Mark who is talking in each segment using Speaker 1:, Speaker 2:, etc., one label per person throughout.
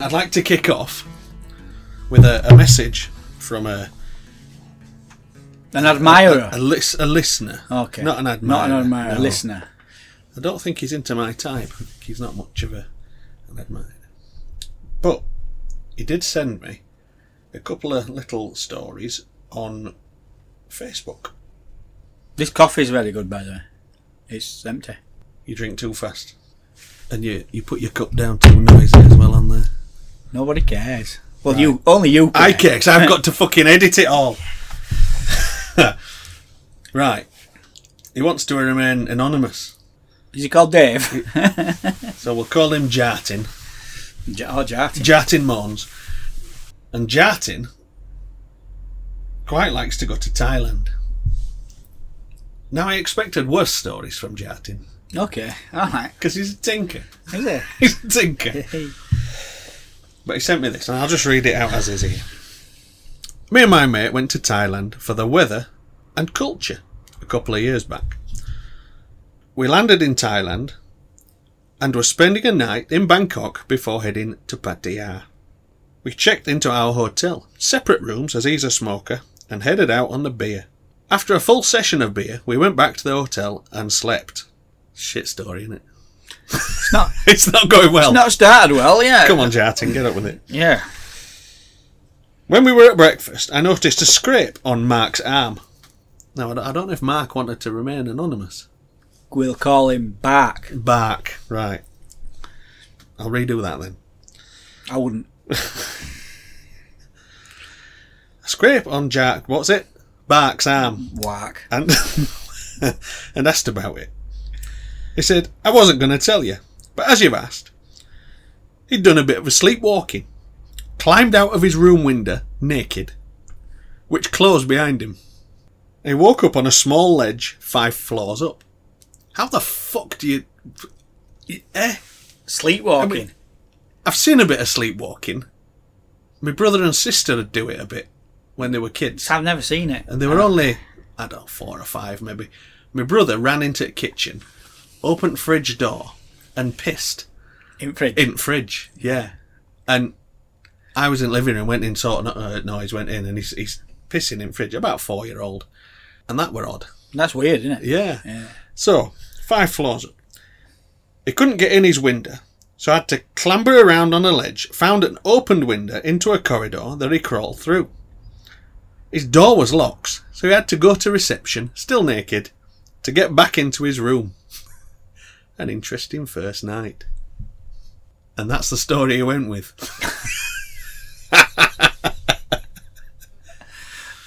Speaker 1: I'd like to kick off with a, a message from a,
Speaker 2: An admirer.
Speaker 1: a, lis- a listener.
Speaker 2: okay.
Speaker 1: Not an admirer.
Speaker 2: Not an admirer.
Speaker 1: no.
Speaker 2: a Listener.
Speaker 1: I don't think he's into my type. I think he's not much of a, an admirer. But he did send me a couple of little stories on Facebook.
Speaker 2: This coffee is very good, by the way. It's empty.
Speaker 1: You drink too fast. And you, you put your cup down too noisy as well on there.
Speaker 2: Nobody cares. Well, you only you. Care.
Speaker 1: I care 'cause I've got to fucking edit it all. right. He wants to remain anonymous.
Speaker 2: Is he called Dave?
Speaker 1: So we'll call him Jartin.
Speaker 2: J- oh, Jarty.
Speaker 1: Jartin Mons. And Jartin quite likes to go to Thailand. Now I expected worse stories from Jartin
Speaker 2: Okay. All right.
Speaker 1: because he's a tinker.
Speaker 2: Is it?
Speaker 1: He's a tinker.
Speaker 2: Hey.
Speaker 1: But he sent me this, and I'll just read it out as is here. Me and my mate went to Thailand for the weather and culture a couple of years back. We landed in Thailand and were spending a night in Bangkok before heading to Pattaya. We checked into our hotel, separate rooms as he's a smoker, and headed out on the beer. After a full session of beer, we went back to the hotel and slept. Shit story, isn't it?
Speaker 2: It's not.
Speaker 1: It's not going well.
Speaker 2: Not started well, yeah.
Speaker 1: Come on, Jartin, get up with it.
Speaker 2: Yeah.
Speaker 1: When we were at breakfast, I noticed a scrape on Mark's arm. Now, I don't- I don't know if Mark wanted to remain anonymous.
Speaker 2: We'll call him back.
Speaker 1: Bark, right. I'll redo that then.
Speaker 2: I wouldn't.
Speaker 1: A scrape on Jack, what's it? Bark's arm.
Speaker 2: Whack.
Speaker 1: And, and asked about it. He said, I wasn't going to tell you, but as you've asked, he'd done a bit of a sleepwalking, climbed out of his room window naked, which closed behind him. He woke up on a small ledge five floors up. How the fuck do you. Eh?
Speaker 2: Sleepwalking.
Speaker 1: I mean- I've seen a bit of sleepwalking. My brother and sister would do it a bit when they were kids.
Speaker 2: I've never seen it.
Speaker 1: And they were only, I don't know, four or five maybe. My brother ran into the kitchen, opened fridge door, and pissed
Speaker 2: In fridge.
Speaker 1: in fridge. Yeah. And I was in living room, went in, sort of uh, noise, went in, and he's, he's pissing in fridge, about four year old. And that were odd.
Speaker 2: That's weird, isn't it?
Speaker 1: Yeah. So, five floors up. He couldn't get in his window, so had to clamber around on a ledge, found an opened window into a corridor that he crawled through. His door was locked, so he had to go to reception, still naked, to get back into his room. An interesting first night. And that's the story he went with.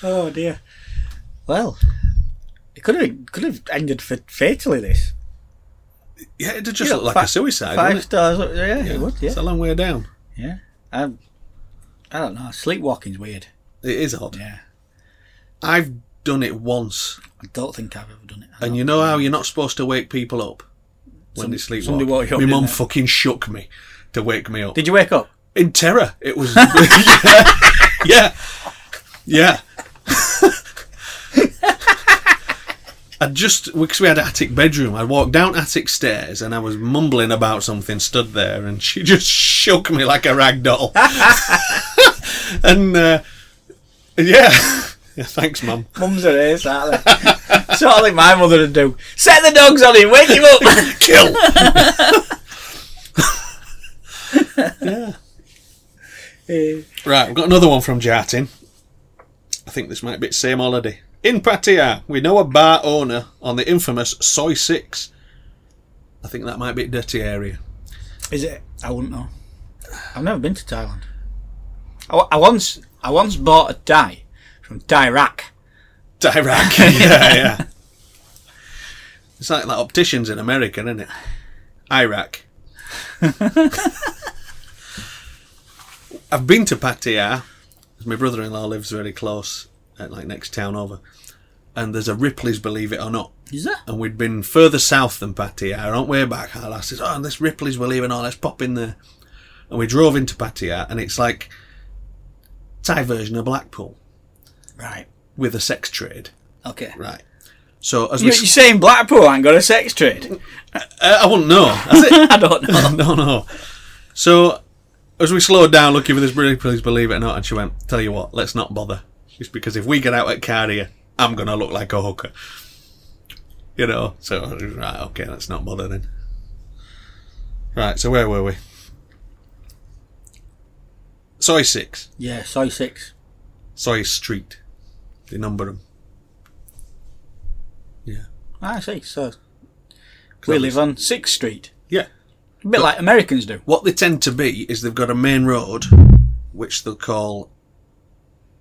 Speaker 2: Oh dear. Well, it could have could have ended fa- fatally. This
Speaker 1: Yeah, it just
Speaker 2: Yeah,
Speaker 1: looked like
Speaker 2: fi-
Speaker 1: a suicide.
Speaker 2: five
Speaker 1: wouldn't
Speaker 2: stars. Yeah,
Speaker 1: it?
Speaker 2: it would. Yeah,
Speaker 1: It's a long way down.
Speaker 2: yeah. I, I don't know. Sleepwalking's weird.
Speaker 1: It is odd.
Speaker 2: Yeah,
Speaker 1: I've done it once.
Speaker 2: I don't think I've ever done it. I
Speaker 1: And
Speaker 2: don't-
Speaker 1: you know how you're not supposed to wake people up when they sleep.
Speaker 2: somebody woke you up,
Speaker 1: My
Speaker 2: didn't
Speaker 1: mum
Speaker 2: they?
Speaker 1: fucking shook me to wake me up
Speaker 2: did you wake up?
Speaker 1: in terror. It was yeah, yeah. I just because we had attic bedroom, I walked down attic stairs and I was mumbling about something, stood there, and she just shook me like a rag doll. and uh, yeah, yeah, thanks, mum.
Speaker 2: Mums are ace, aren't they? sort of like my mother would do. Set the dogs on him. Wake him up.
Speaker 1: kill. yeah.
Speaker 2: Eh,
Speaker 1: Right, we've got another one from Jartin. I think this might be the same holiday. In Pattaya, we know a bar owner on the infamous Soy 6. I think that might be a dirty area.
Speaker 2: Is it? I wouldn't know. I've never been to Thailand. I, wa- I once I once bought a die from Dirac.
Speaker 1: Dirac. yeah, yeah. It's like that opticians in America, isn't it? Iraq. I've been to Pattaya. 'cause My brother-in-law lives very close, at like next town over, and there's a Ripley's, believe it or not.
Speaker 2: Is that?
Speaker 1: And we'd been further south than Pattaya, on way back. I says, "Oh, this Ripley's, believe it or not, let's pop in there." And we drove into Pattaya, and it's like Thai version of Blackpool
Speaker 2: Right.
Speaker 1: with a sex trade.
Speaker 2: Okay.
Speaker 1: Right. So as we,
Speaker 2: You're, you're saying Blackpool ain't got a sex trade?
Speaker 1: uh, I wouldn't know. Has it?
Speaker 2: I don't know.
Speaker 1: no, no. So as we slowed down looking for this bridge, please believe it or not, and she went, Tell you what, let's not bother. It's because if we get out at Cardia, I'm going to look like a hooker. You know, so, right, okay, let's not bother then. Right, so where were we? Soy 6,
Speaker 2: Yeah, soy six.
Speaker 1: Soy Street. They number them. Yeah.
Speaker 2: Ah, I see. So we live on Sixth Street,
Speaker 1: Yeah.
Speaker 2: a bit like Americans do.
Speaker 1: What they tend to be is they've got a main road, which they'll call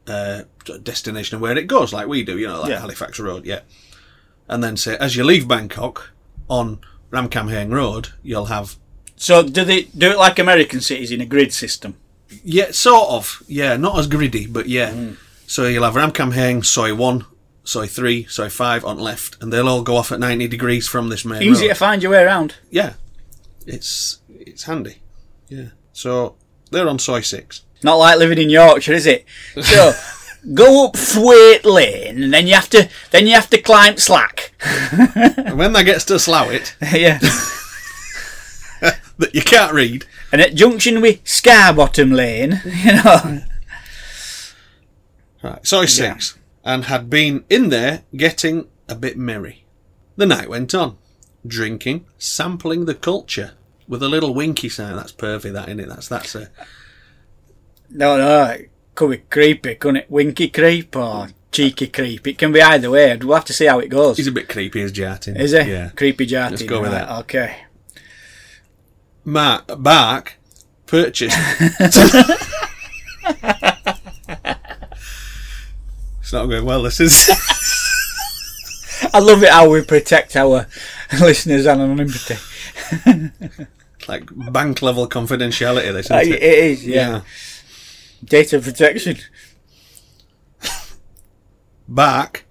Speaker 1: uh, destination of where it goes, like we do, you know, like
Speaker 2: Yeah.
Speaker 1: Halifax Road, yeah. And then say, as you leave Bangkok on Ramkhamhaeng Road, you'll have
Speaker 2: So do they do it like American cities in a grid system?
Speaker 1: yeah, sort of, yeah, not as greedy, but yeah.
Speaker 2: Mm.
Speaker 1: So you'll have Ramkhamhaeng, Soy One, Soy Three, Soy Five on left, and they'll all go off at ninety degrees from this main road.
Speaker 2: Easy to find your way around.
Speaker 1: Yeah, it's it's handy. Yeah, so they're on Soy Six.
Speaker 2: Not like living in Yorkshire, is it? So go up Thwaite Lane, and then you have to then you have to climb Slack.
Speaker 1: And when that gets to Slowit,
Speaker 2: yeah,
Speaker 1: that you can't read.
Speaker 2: and at junction with Scarbottom Lane, you know.
Speaker 1: Right, so I six, and had been in there getting a bit merry. The night went on, drinking, sampling the culture with a little winky sign. That's pervy, that in it. That's that's a
Speaker 2: No, no, it could be creepy, couldn't it? Winky creep or cheeky creep. It can be either way. We'll have to see how it goes.
Speaker 1: he's a bit creepy as Jartin.
Speaker 2: Is it?
Speaker 1: Yeah.
Speaker 2: Creepy jarty.
Speaker 1: Let's go with
Speaker 2: right,
Speaker 1: that.
Speaker 2: Okay.
Speaker 1: Mark Bark purchased. it's not going well. This is.
Speaker 2: I love it how we protect our listeners and anonymity.
Speaker 1: Like bank level confidentiality, this isn't
Speaker 2: It
Speaker 1: it?
Speaker 2: is, Uh, yeah. Data protection.
Speaker 1: Bark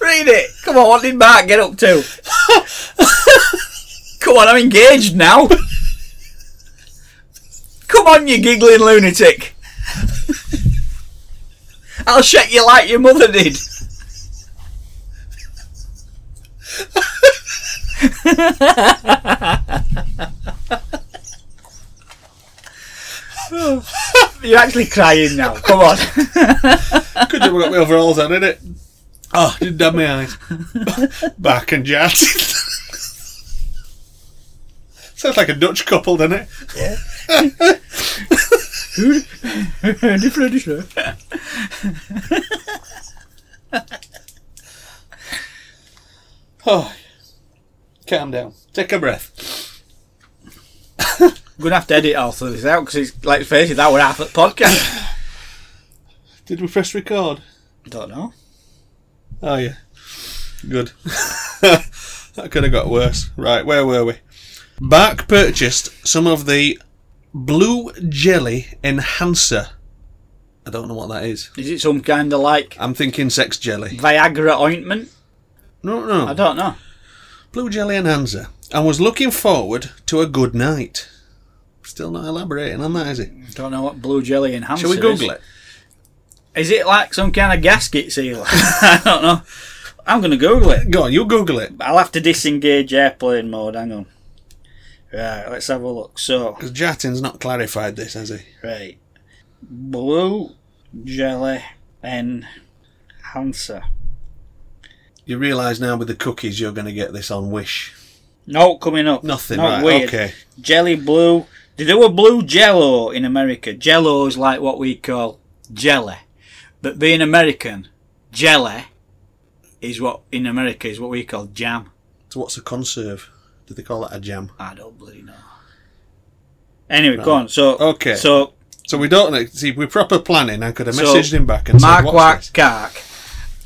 Speaker 2: Read it. Come on, what did Mark get up to? Come on, I'm engaged now. Come on, you giggling lunatic. I'll shake you like your mother did. You're actually crying now. Come on.
Speaker 1: Could have got my overalls on, didn't it? Oh, didn't have my eyes. Back and jazz. Sounds like a Dutch couple, doesn't it? Oh, calm down. Take a breath.
Speaker 2: gonna have to edit all of this out because it's like face it, that were half a podcast.
Speaker 1: Did we press record?
Speaker 2: Don't know.
Speaker 1: Oh yeah, good. that could have got worse. Right, where were we? Bark purchased some of the blue jelly enhancer. I don't know what that is.
Speaker 2: Is it some kind of like
Speaker 1: I'm thinking sex jelly.
Speaker 2: Viagra ointment?
Speaker 1: No, no.
Speaker 2: I don't know.
Speaker 1: Blue Jelly Enhancer, and was looking forward to a good night. Still not elaborating on that, is it?
Speaker 2: Don't know what blue jelly enhancer.
Speaker 1: Shall we Google it?
Speaker 2: Is it like some kind of gasket sealer? I don't know. I'm gonna Google it.
Speaker 1: Go on, you Google it.
Speaker 2: I'll have to disengage airplane mode. Hang on. Right, let's have a look. So,
Speaker 1: Because Jatin's not clarified this, has he?
Speaker 2: right, blue jelly enhancer.
Speaker 1: You realise now with the cookies you're going to get this on Wish.
Speaker 2: No, coming up.
Speaker 1: Nothing,
Speaker 2: Not
Speaker 1: right?
Speaker 2: weird.
Speaker 1: Okay.
Speaker 2: Jelly blue. They do a blue jello in America. Jello is like what we call jelly. But being American, jelly is what in America is what we call jam.
Speaker 1: So what's a conserve? Do they call that a jam?
Speaker 2: I don't bloody know. Anyway, go on. So
Speaker 1: Okay.
Speaker 2: So
Speaker 1: So we don't know- see. We're proper planning. I could have
Speaker 2: So,
Speaker 1: messaged him back and
Speaker 2: Mark
Speaker 1: said,
Speaker 2: Wack
Speaker 1: "What's this?"
Speaker 2: Kark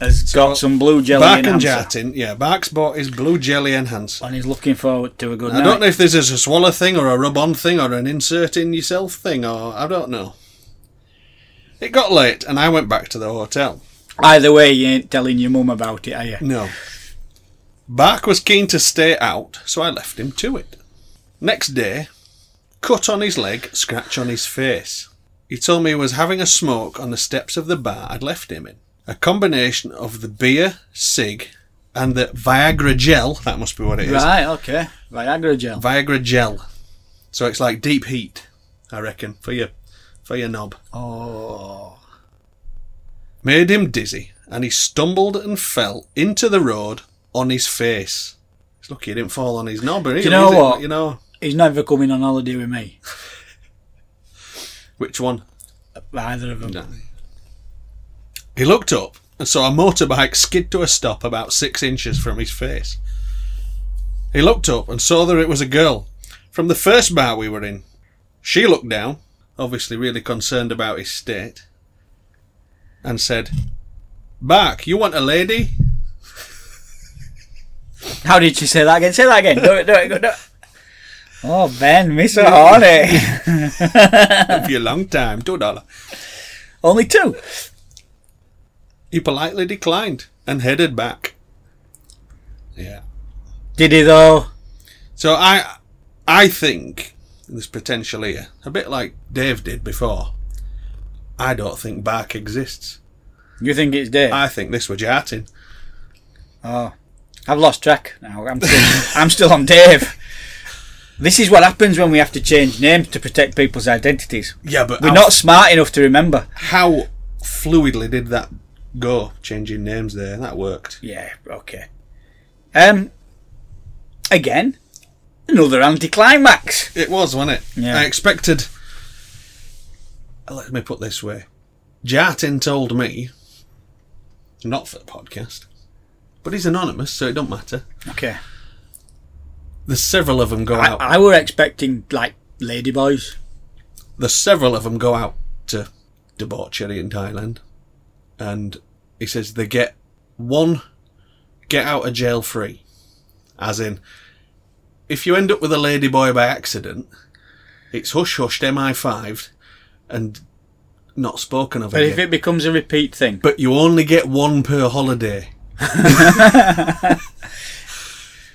Speaker 2: has got some blue jelly
Speaker 1: Bark
Speaker 2: in
Speaker 1: and
Speaker 2: Amsterdam,
Speaker 1: Jatin, yeah. Bark's bought his blue jelly enhancer.
Speaker 2: and he's looking forward to a good
Speaker 1: I
Speaker 2: night.
Speaker 1: don't know if this is a swallow thing or a rub on thing or an insert in yourself thing or I don't know. It got late and I went back to the hotel.
Speaker 2: Either way, you ain't telling your mum about it, are you?
Speaker 1: No. Bark was keen to stay out, so I left him to it. Next day, cut on his leg, scratch on his face. He told me he was having a smoke on the steps of the bar I'd left him in. A combination of the beer, cig, and the Viagra gel. That must be what it is.
Speaker 2: Right, okay. Viagra gel.
Speaker 1: Viagra gel. So it's like deep heat, I reckon, for your for your knob.
Speaker 2: Oh.
Speaker 1: Made him dizzy, and he stumbled and fell into the road on his face. He's lucky he didn't fall on his knob, or
Speaker 2: you know what?
Speaker 1: You know
Speaker 2: He's never coming on holiday with me.
Speaker 1: which one?
Speaker 2: Either of them.
Speaker 1: He looked up and saw a motorbike skid to a stop about six inches from his face. He looked up and saw that it was a girl from the first bar we were in. She looked down, obviously really concerned about his state, and said, Bark, you want a lady?
Speaker 2: How did she say that again? Say that again. Do it, do it, do it. Oh, Ben, Mr. Horny.
Speaker 1: For a long time, two dollar.
Speaker 2: Only two.
Speaker 1: He politely declined and headed back. Yeah.
Speaker 2: Did he, though?
Speaker 1: So I, I think there's potential here, a bit like Dave did before. I don't think Bark exists.
Speaker 2: You think it's dead?
Speaker 1: I think this were Jartin.
Speaker 2: Oh, I've lost track now. I'm still, I'm still on Dave. This is what happens when we have to change names to protect people's identities.
Speaker 1: Yeah, but
Speaker 2: We're
Speaker 1: how,
Speaker 2: not smart enough to remember.
Speaker 1: how fluidly did that go? Changing names there, that worked.
Speaker 2: Yeah, okay. Um, again, another anticlimax.
Speaker 1: It was, wasn't it?
Speaker 2: Yeah.
Speaker 1: I expected. Let me put this way: Jartin told me, not for the podcast, but he's anonymous, so it don't matter.
Speaker 2: Okay.
Speaker 1: There's several of them go
Speaker 2: I,
Speaker 1: out.
Speaker 2: I were expecting, like, ladyboys.
Speaker 1: there's several of them go out to debauchery in Thailand, and he says they get one get out of jail free, as in if you end up with a ladyboy by accident, it's hush hushed, mi fived, and not spoken of
Speaker 2: But if
Speaker 1: again.
Speaker 2: it becomes a repeat thing,
Speaker 1: but you only get one per holiday.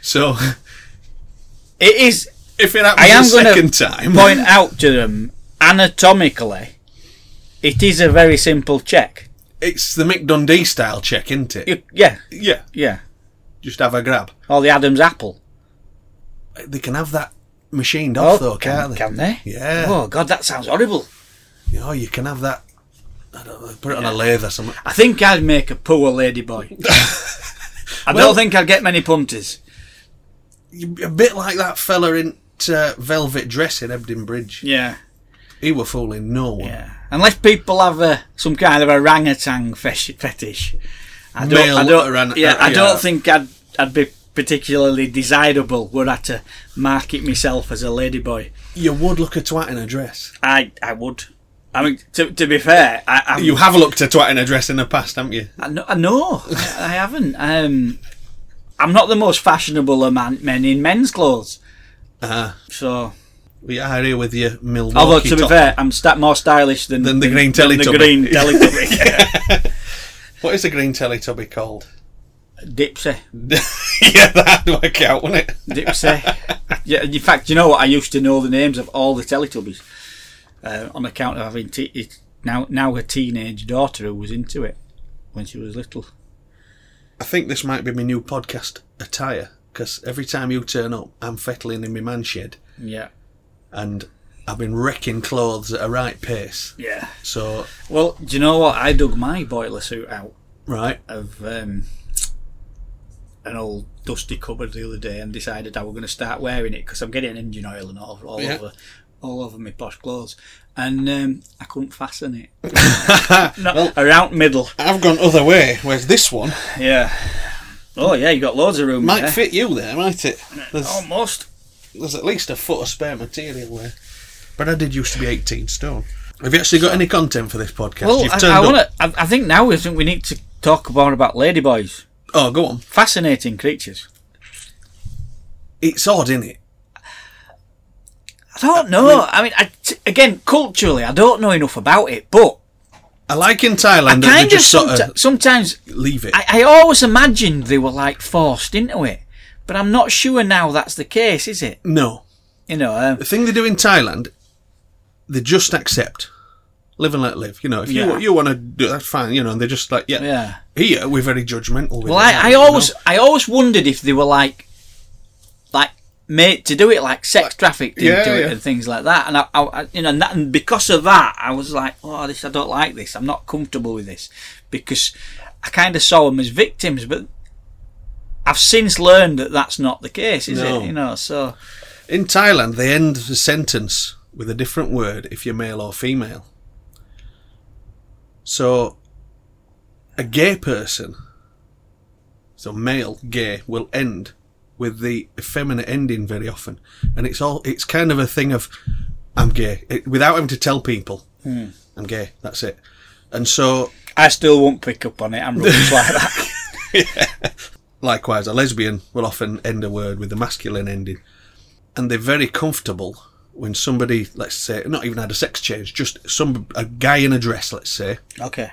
Speaker 1: so
Speaker 2: it is
Speaker 1: if it
Speaker 2: I am
Speaker 1: happens a
Speaker 2: gonna
Speaker 1: second time,
Speaker 2: point out to them anatomically, it is a very simple check.
Speaker 1: it's the Mick Dundee style check, isn't it?
Speaker 2: You, yeah,
Speaker 1: Yeah.
Speaker 2: yeah.
Speaker 1: just have a grab.
Speaker 2: Or the Adam's apple.
Speaker 1: They can have that machined off though,
Speaker 2: can,
Speaker 1: can't Oh, they?
Speaker 2: can they?
Speaker 1: Yeah.
Speaker 2: Oh God, that sounds horrible.
Speaker 1: You know, you can have that. I don't know, put it on a lathe or something.
Speaker 2: I think I'd make a poor ladyboy. I
Speaker 1: Well-
Speaker 2: don't think I'd get many punters.
Speaker 1: You- A bit like that fella in uh, velvet dress in Ebden Bridge.
Speaker 2: Yeah,
Speaker 1: He were fooling no one.
Speaker 2: yeah. Unless people have a, some kind of orangutan fesh, fetish. I don't, I
Speaker 1: Male
Speaker 2: don't,
Speaker 1: orang-
Speaker 2: yeah, I
Speaker 1: yeah.
Speaker 2: don't think I'd, I'd be particularly desirable were I to market myself as a ladyboy.
Speaker 1: You would look a twat in a dress.
Speaker 2: I I would. I mean, to, to be fair, I, I'm,
Speaker 1: You have looked a twat in a dress in the past, haven't you?
Speaker 2: I no, I, no, I, I haven't. Um, I'm not the most fashionable of man, men in men's clothes.
Speaker 1: Ah.
Speaker 2: So,
Speaker 1: We are here with your Milwaukee
Speaker 2: although to be
Speaker 1: top.
Speaker 2: fair, I'm sta- more stylish than
Speaker 1: Than the green
Speaker 2: than the
Speaker 1: Teletubby.
Speaker 2: green Teletubby. yeah.
Speaker 1: What is the green Teletubby called?
Speaker 2: Dipsy,
Speaker 1: yeah, that'd work out, wouldn't it?
Speaker 2: Dipsy. yeah, in fact, you know what? I used to know the names of all the Teletubbies uh, on account of having te- it- now now a teenage daughter who was into it when she was little.
Speaker 1: I think this might be my new podcast attire, because every time you turn up, I'm fettling in my man shed.
Speaker 2: Yeah,
Speaker 1: and I've been wrecking clothes at a right pace.
Speaker 2: yeah.
Speaker 1: So,
Speaker 2: Well, do you know what? I dug my boiler suit out
Speaker 1: right,
Speaker 2: of um, an old dusty cupboard the other day and decided I was going to start wearing it because I'm getting engine oil and all, all
Speaker 1: Yeah.
Speaker 2: over all over my posh clothes, and um, I couldn't fasten it. Not around middle.
Speaker 1: I've gone other way. Whereas this one
Speaker 2: Yeah. Oh yeah, Oh. you got loads of room.
Speaker 1: might
Speaker 2: there.
Speaker 1: fit you there, might it? There's,
Speaker 2: Almost.
Speaker 1: there's at least a foot of spare material there. But I did used to be 18 stone. Have you actually got any content for this podcast?
Speaker 2: Well,
Speaker 1: You've
Speaker 2: I,
Speaker 1: turned
Speaker 2: I
Speaker 1: up-
Speaker 2: want to. I, I think now I think we need to talk more about ladyboys.
Speaker 1: Oh, go on.
Speaker 2: Fascinating creatures.
Speaker 1: It's odd, isn't it?
Speaker 2: I don't know. I mean, I t again, culturally, I don't know enough about it, but
Speaker 1: I like in Thailand that they
Speaker 2: kind of
Speaker 1: just sort
Speaker 2: someti-
Speaker 1: of
Speaker 2: sometimes
Speaker 1: leave it.
Speaker 2: I, I always imagined they were like forced into it, but I'm not sure now that's the case, is it?
Speaker 1: no.
Speaker 2: You know, um,
Speaker 1: The thing they do in Thailand, they just accept. live and let live. You know, if
Speaker 2: Yeah.
Speaker 1: you you want to do that's fine. You know, and they're just like, yeah,
Speaker 2: Yeah.
Speaker 1: here we're very judgmental. With
Speaker 2: Well,
Speaker 1: it,
Speaker 2: I, I
Speaker 1: you know?
Speaker 2: always I always wondered if they were like, like made to do it like sex trafficking
Speaker 1: yeah,
Speaker 2: to it
Speaker 1: yeah.
Speaker 2: and things like that. And I, I I- you know, and, that, and because of that, I was like, oh, this I don't like this. I'm not comfortable with this because I kind of saw them as victims, but. I've since learned that that's not the case, is
Speaker 1: No.
Speaker 2: it? You know, so
Speaker 1: In Thailand, they end the sentence with a different word if you're male or female. So, a gay person, so male gay, will end with the effeminate ending very often, and it's all it's kind of a thing of I'm gay it, without having to tell people I'm gay. That's it. And so,
Speaker 2: I still won't pick up on it. I'm rubbish like that.
Speaker 1: likewise, a lesbian will often end a word with a masculine ending, and they're very comfortable when somebody, let's say, not even had a sex change, just some a guy in a dress, let's say,
Speaker 2: Okay.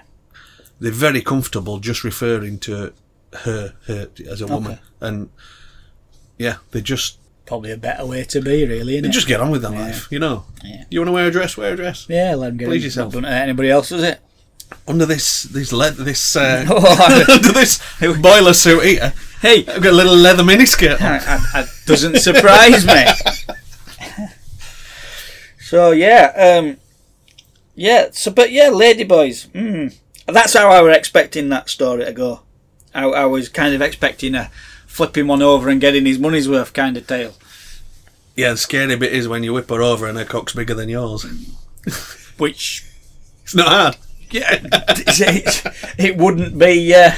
Speaker 1: they're very comfortable just referring to her, her as a woman, and yeah, they just
Speaker 2: Probably a better way to be, really, isn't
Speaker 1: they
Speaker 2: it?
Speaker 1: just get on with their life, you know.
Speaker 2: Yeah.
Speaker 1: You want to wear a dress, wear a dress.
Speaker 2: yeah, let them get
Speaker 1: Please
Speaker 2: it.
Speaker 1: yourself.
Speaker 2: Not done to anybody else, is it?
Speaker 1: Under this, this le- this uh,
Speaker 2: Oh,
Speaker 1: under this boiler suit here,
Speaker 2: hey,
Speaker 1: I've got a little leather miniskirt. on.
Speaker 2: I, I, I doesn't surprise me. so yeah, um, yeah. So but yeah, Ladyboys. Mm, that's how I were expecting that story to go. I, I was kind of expecting a flipping one over and getting his money's worth kind of tale.
Speaker 1: Yeah, the scary bit is when you whip her over and her cock's bigger than yours.
Speaker 2: Which
Speaker 1: It's not hard. Yeah.
Speaker 2: it, it wouldn't be, uh,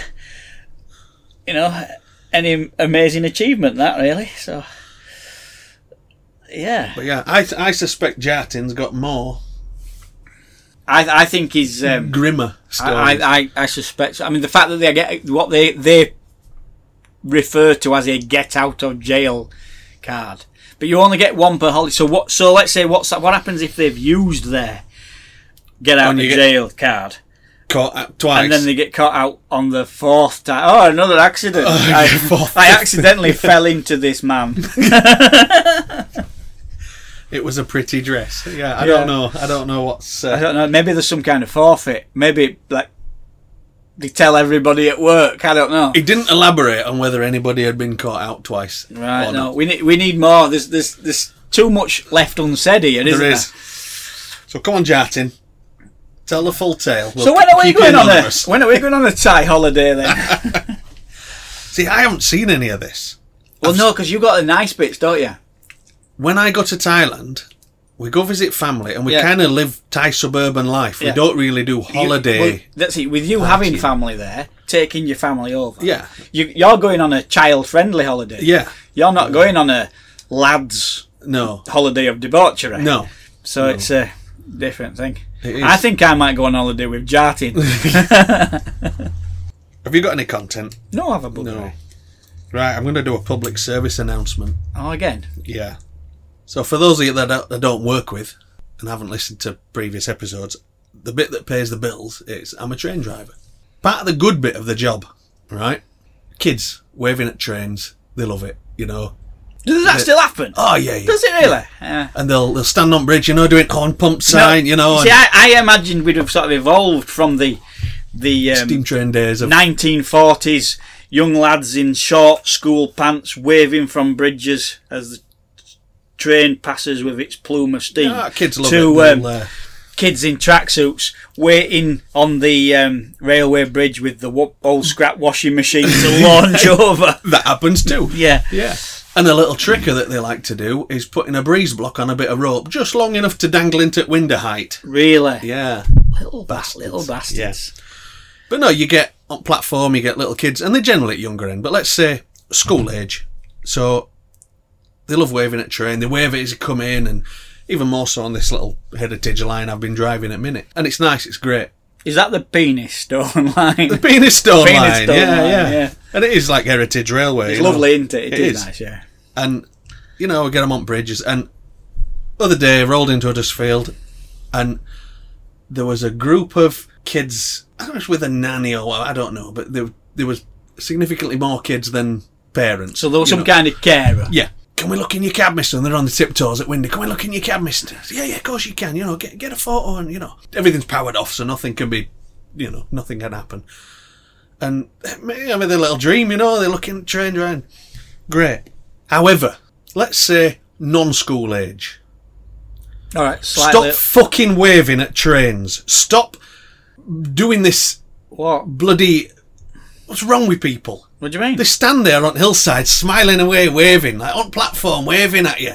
Speaker 2: you know, any amazing achievement that really. So yeah.
Speaker 1: but yeah, I, I suspect Jartin's got more
Speaker 2: I, I think he's um,
Speaker 1: grimmer stories.
Speaker 2: I, I, I, I suspect. so. I mean, the fact that they get what they they refer to as a get out of jail card, but you only get one per holiday. So what? So let's say what's that? What happens if they've used their get out
Speaker 1: And you
Speaker 2: of
Speaker 1: get-
Speaker 2: jail card,
Speaker 1: Caught out twice.
Speaker 2: and then they get caught out on the fourth time? Oh, another accident! I,
Speaker 1: yeah, fourth.
Speaker 2: I accidentally fell into this man.
Speaker 1: it was a pretty dress. Yeah, I
Speaker 2: Yeah.
Speaker 1: don't know. I don't know what's.
Speaker 2: I
Speaker 1: Uh,
Speaker 2: don't know. Maybe there's some kind of forfeit. Maybe like they tell everybody at work. I don't know.
Speaker 1: he didn't elaborate on whether anybody had been caught out twice.
Speaker 2: Right,
Speaker 1: or
Speaker 2: no,
Speaker 1: not.
Speaker 2: we need we need more. There's there's there's too much left unsaid here, isn't
Speaker 1: there is. So come on, Jartin. Tell the full tale. We'll
Speaker 2: So when are we
Speaker 1: keep you
Speaker 2: going on a
Speaker 1: anonymous.
Speaker 2: when are we going on a Thai holiday then?
Speaker 1: See, I haven't seen any of this.
Speaker 2: well, no, because you've got the nice bits, don't you?
Speaker 1: when I go to Thailand, we go visit family and we
Speaker 2: Yeah.
Speaker 1: kind of live Thai suburban life.
Speaker 2: Yeah.
Speaker 1: We don't really do
Speaker 2: You-
Speaker 1: holiday.
Speaker 2: well, that's it. With you having family there, taking your family over.
Speaker 1: Yeah.
Speaker 2: You, you're going on a child-friendly holiday.
Speaker 1: yeah,
Speaker 2: You're not going on a lads'
Speaker 1: no,
Speaker 2: holiday of debauchery.
Speaker 1: no.
Speaker 2: So it's a different thing.
Speaker 1: It is.
Speaker 2: I think I might go on holiday with Jartin.
Speaker 1: Have you got any content?
Speaker 2: no, have a book.
Speaker 1: No. Right, I'm going to do a public service announcement.
Speaker 2: Oh, again.
Speaker 1: Yeah. So for those of you that I that I don't work with and haven't listened to previous episodes, the bit that pays the bills is I'm a train driver. Part of the good bit of the job, right? Kids waving at trains, they love it, you know.
Speaker 2: Does that still happen?
Speaker 1: Oh yeah, yeah.
Speaker 2: Does it really? Yeah.
Speaker 1: And they'll they'll stand on bridge, you know, doing horn pump sign, you know,
Speaker 2: See,
Speaker 1: and
Speaker 2: I, I imagined we'd have sort of evolved from the the
Speaker 1: steam
Speaker 2: um,
Speaker 1: train days of
Speaker 2: 1940s young lads in short school pants waving from bridges as the train passes with its plume of steam.
Speaker 1: Ah, kids love
Speaker 2: to,
Speaker 1: it.
Speaker 2: um,
Speaker 1: They'll, uh,
Speaker 2: kids in tracksuits waiting on the um, railway bridge with the wo- old scrap washing machine to launch over.
Speaker 1: that happens too.
Speaker 2: Yeah.
Speaker 1: Yeah. And a little tricker that they like to do is putting a breeze block on a bit of rope just long enough to dangle into window height.
Speaker 2: Really?
Speaker 1: Yeah.
Speaker 2: Little bastards. Little bastards.
Speaker 1: But no, you get on platform, you get little kids, and they're generally at younger end, but let's say school age. So they love waving at train, they wave it as you come in, and even more so on this little heritage line I've been driving at minute. And it's nice, it's great.
Speaker 2: Is that the penis stone line?
Speaker 1: Penis Stone
Speaker 2: Penis
Speaker 1: line.
Speaker 2: Stone
Speaker 1: yeah,
Speaker 2: line,
Speaker 1: yeah,
Speaker 2: yeah.
Speaker 1: And it is like Heritage Railway.
Speaker 2: It's
Speaker 1: you know.
Speaker 2: lovely, isn't it?
Speaker 1: It
Speaker 2: it is
Speaker 1: is.
Speaker 2: nice, yeah.
Speaker 1: and you know, I get them on bridges. And other day, I rolled into Huddersfield, and there was a group of kids. I don't know if it was with a nanny or what, I don't know, but there there was significantly more kids than parents.
Speaker 2: So there was
Speaker 1: you
Speaker 2: some
Speaker 1: know.
Speaker 2: kind of carer.
Speaker 1: yeah can we look in your cab, mister? And they're on the tiptoes at window. Can we look in your cab, mister? I said, yeah, yeah, of course you can. You know, get get a photo and, you know, everything's powered off so nothing can be, you know, nothing can happen. And maybe having their little dream, you know, they're looking, trained around. Great. However, let's say non school age.
Speaker 2: All right, slightly.
Speaker 1: Stop fucking waving at trains. Stop doing this
Speaker 2: What?
Speaker 1: bloody. What's wrong with people?
Speaker 2: What do you mean?
Speaker 1: They stand there on hillsides, smiling away, waving, like on platform, waving at you.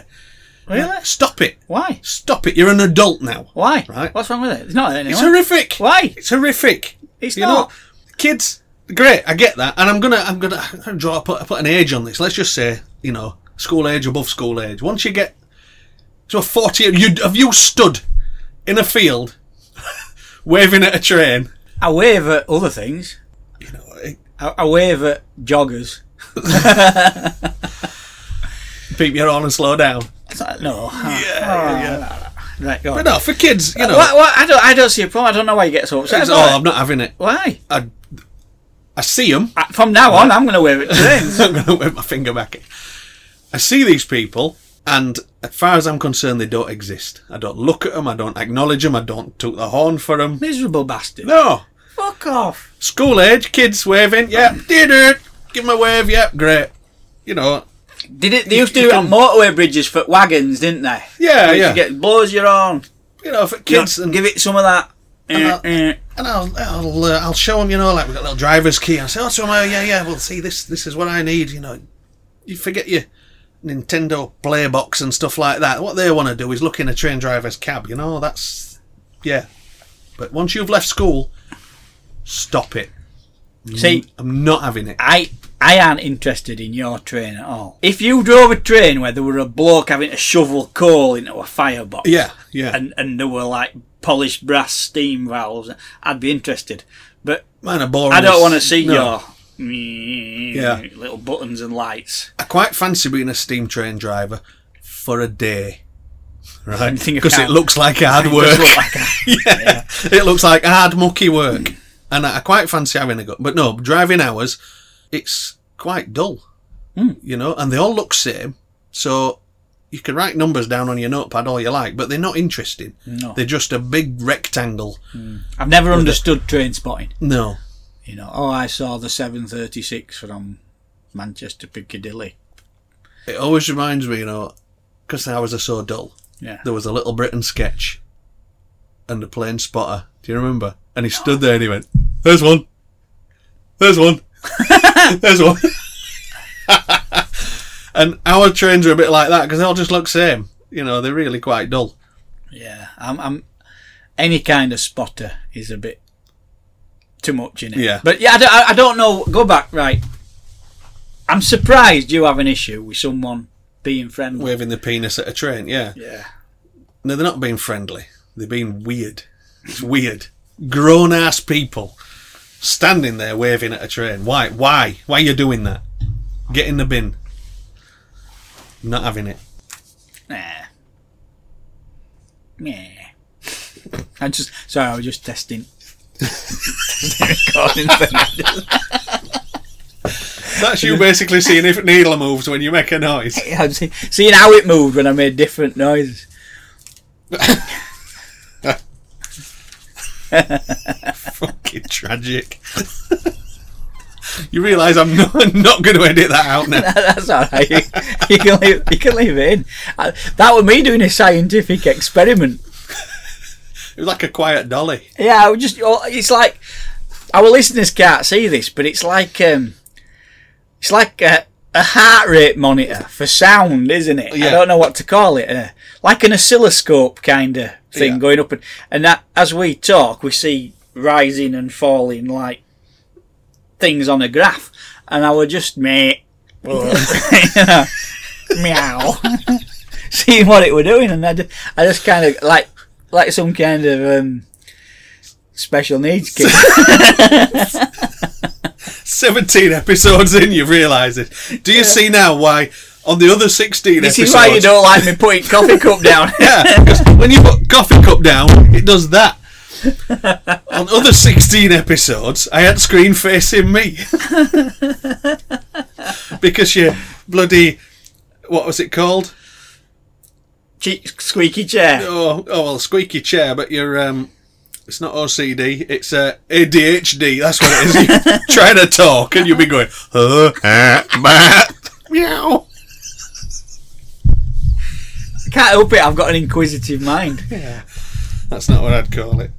Speaker 2: really?
Speaker 1: Stop it.
Speaker 2: Why?
Speaker 1: Stop it. You're an adult now.
Speaker 2: Why?
Speaker 1: Right.
Speaker 2: What's wrong with it? It's not anyone.
Speaker 1: It's horrific.
Speaker 2: Why?
Speaker 1: It's horrific.
Speaker 2: It's
Speaker 1: you
Speaker 2: not.
Speaker 1: Know, kids, great. I get that, and I'm gonna, I'm gonna, I'm gonna draw. Put, put an age on this. Let's just say, you know, school age above school age. Once you get to a forty, you have you stood in a field waving at a train?
Speaker 2: I wave at other things.
Speaker 1: You know, it,
Speaker 2: I, I wave at joggers.
Speaker 1: peep your horn and slow down.
Speaker 2: It's like, no.
Speaker 1: Yeah, yeah,
Speaker 2: Ah. Right, go on.
Speaker 1: But no, for kids, you know,
Speaker 2: What, what? I don't. I don't see a problem. I don't know why you get so upset.
Speaker 1: it's, oh,
Speaker 2: about it.
Speaker 1: I'm not having it.
Speaker 2: Why?
Speaker 1: I, I see them.
Speaker 2: I- From now on, I'm going to wear it trains.
Speaker 1: I'm going to wave my finger back. I see these people, and as far as I'm concerned, they don't exist. I don't look at them. I don't acknowledge them. I don't toot the horn for them.
Speaker 2: Miserable bastard.
Speaker 1: No,
Speaker 2: Fuck off.
Speaker 1: school age kids waving. Yep, did it. Give them a wave. Yep, great. You know,
Speaker 2: Did it? They used to do it on motorway bridges for wagons, didn't they?
Speaker 1: Yeah,
Speaker 2: They used
Speaker 1: yeah.
Speaker 2: To get blows your own.
Speaker 1: you know, for kids, and,
Speaker 2: give it some of that.
Speaker 1: I'll-
Speaker 2: Eh, eh.
Speaker 1: and I'll I'll, uh, I'll show them. You know, like we've got a little driver's key. I say, oh, so am I, yeah, yeah. Well, see, this this is what I need. You know, you forget your Nintendo play box and stuff like that. What they want to do is look in a train driver's cab. You know, that's yeah. But once you've left school, stop it.
Speaker 2: See,
Speaker 1: I'm not having it.
Speaker 2: I I aren't interested in your train at all. If you drove a train where there were a bloke having to shovel coal into a firebox,
Speaker 1: Yeah, yeah.
Speaker 2: and and there were like polished brass steam valves, I'd be interested. But
Speaker 1: Man, a boring.
Speaker 2: I
Speaker 1: is-
Speaker 2: don't want to see
Speaker 1: no.
Speaker 2: your little buttons and lights.
Speaker 1: I quite fancy being a steam train driver for a day. Right,
Speaker 2: Anything you
Speaker 1: because it
Speaker 2: can.
Speaker 1: looks like hard
Speaker 2: Just
Speaker 1: work.
Speaker 2: look like a-
Speaker 1: yeah. It looks like hard, mucky work. and I, I quite fancy having a go. But no, driving hours, it's quite dull. You know, and they all look same. So you can write numbers down on your notepad all you like, but they're not interesting.
Speaker 2: No.
Speaker 1: They're just a big rectangle.
Speaker 2: I've never understood train spotting.
Speaker 1: No.
Speaker 2: You know, oh, I saw the 736 from Manchester Piccadilly.
Speaker 1: It always reminds me, you know, because the hours are so dull.
Speaker 2: Yeah.
Speaker 1: There was a Little Britain sketch and a plane spotter. Do you remember? And he stood there and he went, There's one. There's one. There's one. and our trains are a bit like that because they all just look same. You know, they're really quite dull.
Speaker 2: Yeah, I'm, I'm. Any kind of spotter is a bit too much in it.
Speaker 1: Yeah.
Speaker 2: but yeah, I don't, I- I don't know. Go back, right? I'm surprised you have an issue with someone being friendly.
Speaker 1: Waving the penis at a train, yeah.
Speaker 2: yeah,
Speaker 1: No, they're not being friendly. They're being weird. It's weird. Grown ass people standing there waving at a train. Why? Why? Why are you doing that? Get in the bin. Not having it.
Speaker 2: nah, nah. I just sorry, I was just testing. Testing recording thing.
Speaker 1: That's you basically seeing if a needle moves when you make a noise.
Speaker 2: I'm see- seeing how it moved when I made different noises.
Speaker 1: Fucking tragic. you realise I'm not, not going to edit that out now.
Speaker 2: That's all right. You can leave, you can leave it in. Uh, That was me doing a scientific experiment.
Speaker 1: It was like a quiet dolly.
Speaker 2: Yeah, I was just oh, it's like our listeners can't see this, but it's like um, it's like a, a heart rate monitor for sound, isn't it?
Speaker 1: Yeah.
Speaker 2: I don't know what to call it. Uh, like an oscilloscope kind of thing
Speaker 1: Yeah.
Speaker 2: going up and and that, as we talk, we see rising and falling like things on a graph, and I was just meh, you know, meow, seeing what it were doing, and I just, I just kind of like like some kind of um, special needs kid.
Speaker 1: 17 episodes in, you realise it. Do you see now why on the other 16
Speaker 2: this
Speaker 1: episodes...
Speaker 2: is why you don't like me putting coffee cup down.
Speaker 1: Yeah, 'cause when you put coffee cup down, it does that. On other 16 episodes, I had screen facing me. because you bloody What was it called?
Speaker 2: Cheek, squeaky chair.
Speaker 1: Oh, oh well, squeaky chair, but you're um, it's not OCD, it's uh, ADHD. That's what it is. You're trying to talk, and you'll be going, uh, uh, bah, meow.
Speaker 2: I can't help it. I've got an inquisitive mind.
Speaker 1: That's not what I'd call it.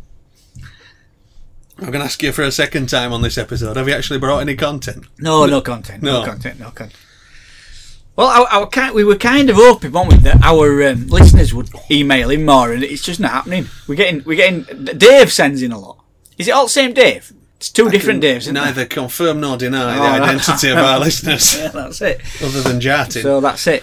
Speaker 1: I'm going to ask you for a second time on this episode. Have you actually brought any content?
Speaker 2: No, no content. No,
Speaker 1: No.
Speaker 2: content. No content. Well, I, I kind, we were kind of hoping, weren't we, that our um, listeners would email in more, and it's just not happening. We're getting, we're getting. Dave sends in a lot. Is it all the same Dave? It's two different Daves. isn't
Speaker 1: Neither confirm nor deny
Speaker 2: Oh,
Speaker 1: the
Speaker 2: no.
Speaker 1: identity of our listeners,
Speaker 2: there? that's it.
Speaker 1: other than Jartin.
Speaker 2: So that's it.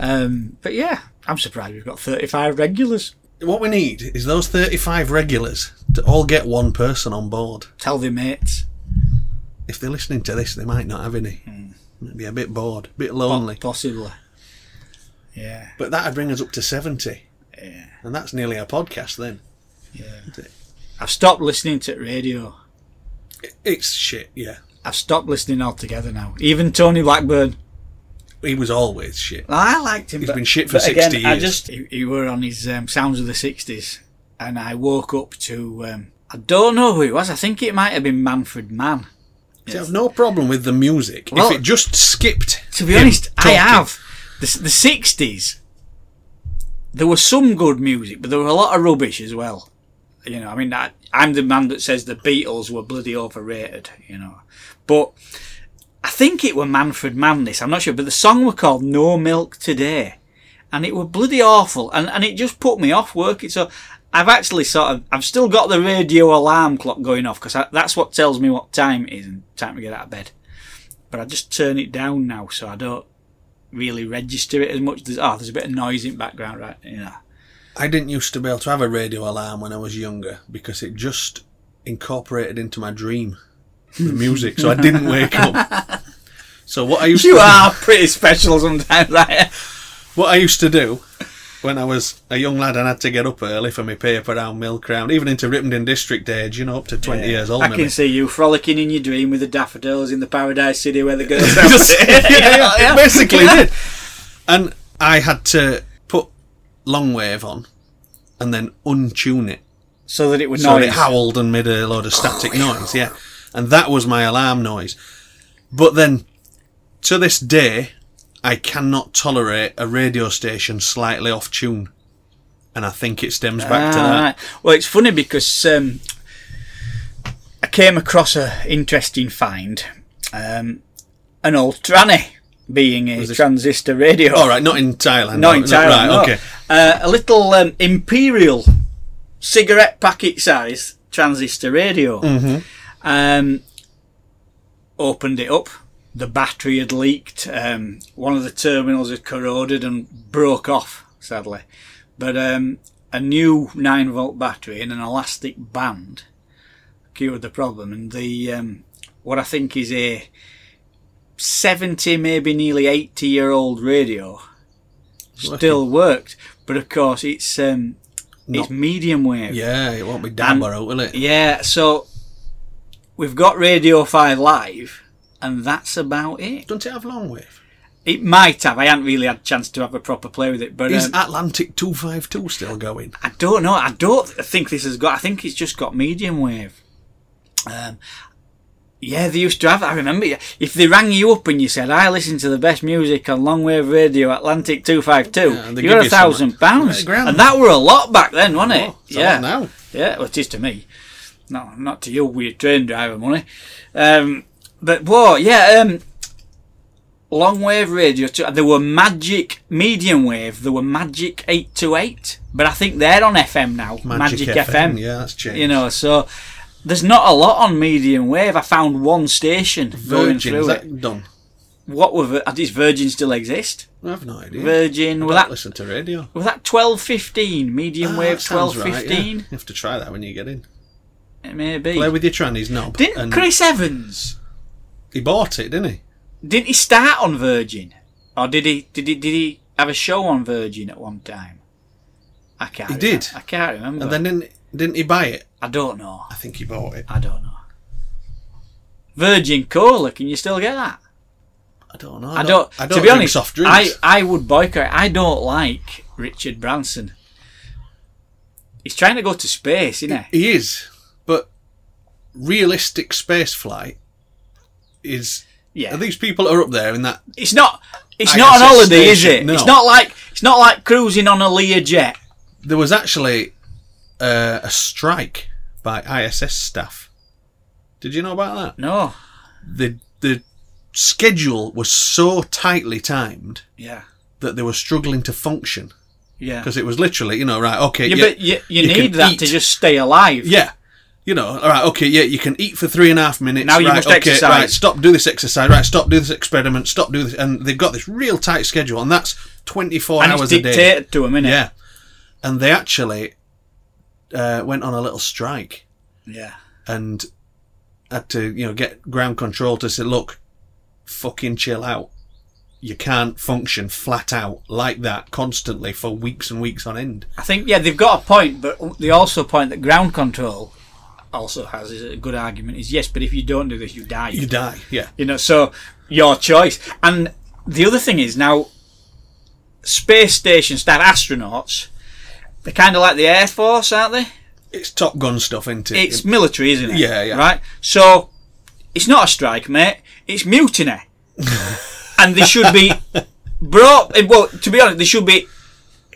Speaker 2: Um, but yeah, I'm surprised we've got 35 regulars.
Speaker 1: what we need is those 35 regulars to all get one person on board.
Speaker 2: Tell their mates.
Speaker 1: If they're listening to this, they might not have any.
Speaker 2: Hmm.
Speaker 1: Might be a bit bored, a bit lonely.
Speaker 2: Possibly. Yeah.
Speaker 1: But that'd bring us up to 70,
Speaker 2: Yeah.
Speaker 1: and that's nearly a podcast then.
Speaker 2: Yeah. I've stopped listening to radio.
Speaker 1: It's shit, yeah.
Speaker 2: I've stopped listening altogether now. Even Tony Blackburn.
Speaker 1: He was always shit.
Speaker 2: I liked him.
Speaker 1: He's
Speaker 2: but-
Speaker 1: been shit for
Speaker 2: but
Speaker 1: 60
Speaker 2: again, I
Speaker 1: years.
Speaker 2: just he, he were on his um, Sounds of the Sixties, and I woke up to um, I don't know who it was. I think it might have been Manfred Mann.
Speaker 1: See, I've no problem with the music.
Speaker 2: Well-
Speaker 1: if it just skipped.
Speaker 2: To be
Speaker 1: him
Speaker 2: honest, I
Speaker 1: talking.
Speaker 2: have the s- the sixties. There was some good music, but there were a lot of rubbish as well. You know, I mean, I, I'm the man that says the Beatles were bloody overrated. You know, but I think it were Manfred Mann. This I'm not sure, but the song were called "No Milk Today," and it were bloody awful, and and it just put me off work. It's so. I've actually sort of, I've still got the radio alarm clock going off because that's what tells me what time it is and time to get out of bed but I just turn it down now, so I don't really register it as much. There's, oh, there's a bit of noise in the background, right? You know.
Speaker 1: I didn't used to be able to have a radio alarm when I was younger because it just incorporated into my dream the music, so I didn't wake up. So what I used
Speaker 2: You
Speaker 1: to
Speaker 2: are pretty special sometimes, right?
Speaker 1: what I used to do when I was a young lad and had to get up early for my paper round mill crown, even into Ripmondin district age, you know, up to twenty years old.
Speaker 2: I can
Speaker 1: maybe.
Speaker 2: see you frolicking in your dream with the daffodils in the paradise city where the girls are.
Speaker 1: Just- yeah, yeah, it basically did. And I had to put long wave on and then untune it.
Speaker 2: So that it would
Speaker 1: So
Speaker 2: noise.
Speaker 1: it howled and made a load of static noise, Oh, yeah. And that was my alarm noise. But then, to this day, I cannot tolerate a radio station slightly off tune. And I think it stems back to
Speaker 2: Ah,
Speaker 1: that.
Speaker 2: right. Well, it's funny because um, I came across a interesting find, um, an old tranny being a transistor radio.
Speaker 1: All right, not in Thailand.
Speaker 2: Not in
Speaker 1: no,
Speaker 2: Thailand.
Speaker 1: Right,
Speaker 2: no.
Speaker 1: okay.
Speaker 2: Uh, a little um, imperial cigarette packet size transistor radio.
Speaker 1: Mm-hmm.
Speaker 2: Um, opened it up. The battery had leaked. Um, one of the terminals had corroded and broke off, sadly. But um, a new 9 volt battery in an elastic band cured the problem. And the um, what I think is a 70, maybe nearly 80 year old radio still worked. But of course, it's um,
Speaker 1: Not-
Speaker 2: it's medium wave.
Speaker 1: Yeah, it won't be Dabber out, will it?
Speaker 2: Yeah, so we've got Radio 5 Live, and that's about it.
Speaker 1: Don't it have long wave?
Speaker 2: It might have. I haven't really had a chance to have a proper play with it, but
Speaker 1: Is
Speaker 2: um,
Speaker 1: Atlantic 252 still going?
Speaker 2: I don't know. I don't think this has got. I think it's just got medium wave. Um, yeah, they used to have. I remember if they rang you up and you said, "I listen to the best music on long wave radio, Atlantic two five two,
Speaker 1: they
Speaker 2: you
Speaker 1: give
Speaker 2: got a
Speaker 1: you some-
Speaker 2: thousand pounds,
Speaker 1: Yeah, grand.
Speaker 2: and that were a lot back then, wasn't it?
Speaker 1: Oh, it's a lot
Speaker 2: yeah,
Speaker 1: now.
Speaker 2: yeah, well, it is to me. No, not to your weird train driver money. Um, but whoa, yeah, um, long wave radio. Too, there were magic medium wave. There were magic eight to eight, but I think they're on FM now. Magic, FM.
Speaker 1: Yeah, that's changed.
Speaker 2: You know, so there's not a lot on medium wave. I found one station going
Speaker 1: Virgin,
Speaker 2: through
Speaker 1: is
Speaker 2: it.
Speaker 1: that done?
Speaker 2: What were Vir- does Virgin still exist?
Speaker 1: I have no idea.
Speaker 2: Virgin,
Speaker 1: I
Speaker 2: was
Speaker 1: don't
Speaker 2: that
Speaker 1: listen to radio.
Speaker 2: was that twelve fifteen medium
Speaker 1: Ah,
Speaker 2: wave
Speaker 1: that sounds
Speaker 2: twelve
Speaker 1: right, yeah.
Speaker 2: fifteen?
Speaker 1: You have to try that when you get in.
Speaker 2: It may be.
Speaker 1: Play with your tranny's knob.
Speaker 2: Didn't
Speaker 1: and
Speaker 2: Chris Evans?
Speaker 1: He bought it, didn't he?
Speaker 2: Didn't he start on Virgin, or did he? Did he? Did he have a show on Virgin at one time? I can't.
Speaker 1: He
Speaker 2: remem-
Speaker 1: did.
Speaker 2: I can't remember.
Speaker 1: And then didn't, didn't he buy it?
Speaker 2: I don't know.
Speaker 1: I think he bought it.
Speaker 2: I don't know. Virgin Cola. Can you still get that?
Speaker 1: I don't know.
Speaker 2: I don't.
Speaker 1: I don't
Speaker 2: to be
Speaker 1: drink
Speaker 2: honest,
Speaker 1: soft drinks.
Speaker 2: I I would boycott. I don't like Richard Branson. He's trying to go to space, isn't he?
Speaker 1: he is, but realistic space flight is.
Speaker 2: Yeah.
Speaker 1: These people are up there in that.
Speaker 2: It's not. It's
Speaker 1: I
Speaker 2: not
Speaker 1: guess
Speaker 2: an
Speaker 1: it's
Speaker 2: holiday, is
Speaker 1: station,
Speaker 2: it?
Speaker 1: no.
Speaker 2: It's not like it's not like cruising on a Lear jet.
Speaker 1: There was actually uh, a strike by ISS staff. Did you know about that?
Speaker 2: No.
Speaker 1: the the schedule was so tightly timed
Speaker 2: Yeah.
Speaker 1: that they were struggling to function
Speaker 2: Yeah.
Speaker 1: because it was literally, you know, right, okay,
Speaker 2: Yeah,
Speaker 1: yeah,
Speaker 2: but you, you,
Speaker 1: you can
Speaker 2: need that to
Speaker 1: eat.
Speaker 2: just stay alive.
Speaker 1: yeah, you know, all right, okay, yeah, you can eat for three and a half minutes.
Speaker 2: Now you
Speaker 1: right,
Speaker 2: must
Speaker 1: okay,
Speaker 2: exercise.
Speaker 1: Right, stop, do this exercise. Right, stop, do this experiment. Stop, do this, and they've got this real tight schedule, and that's twenty four
Speaker 2: And it's
Speaker 1: hours a day.
Speaker 2: dictated to him, innit?
Speaker 1: Yeah, and they actually uh, went on a little strike.
Speaker 2: Yeah.
Speaker 1: and had to you know get ground control to say look fucking chill out you can't function flat out like that constantly for weeks and weeks on end
Speaker 2: I think yeah, they've got a point, but they also point that ground control also has is a good argument. Is yes, but if you don't do this, you die.
Speaker 1: you die yeah
Speaker 2: You know, so your choice. And the other thing is now, space station staff astronauts, they're kind of like the air force, aren't they?
Speaker 1: it's top gun stuff isn't it
Speaker 2: It's military, isn't it?
Speaker 1: Yeah, yeah.
Speaker 2: Right. So it's not a strike, mate. It's mutiny, and they should be brought. eh, Well, to be honest, they should be.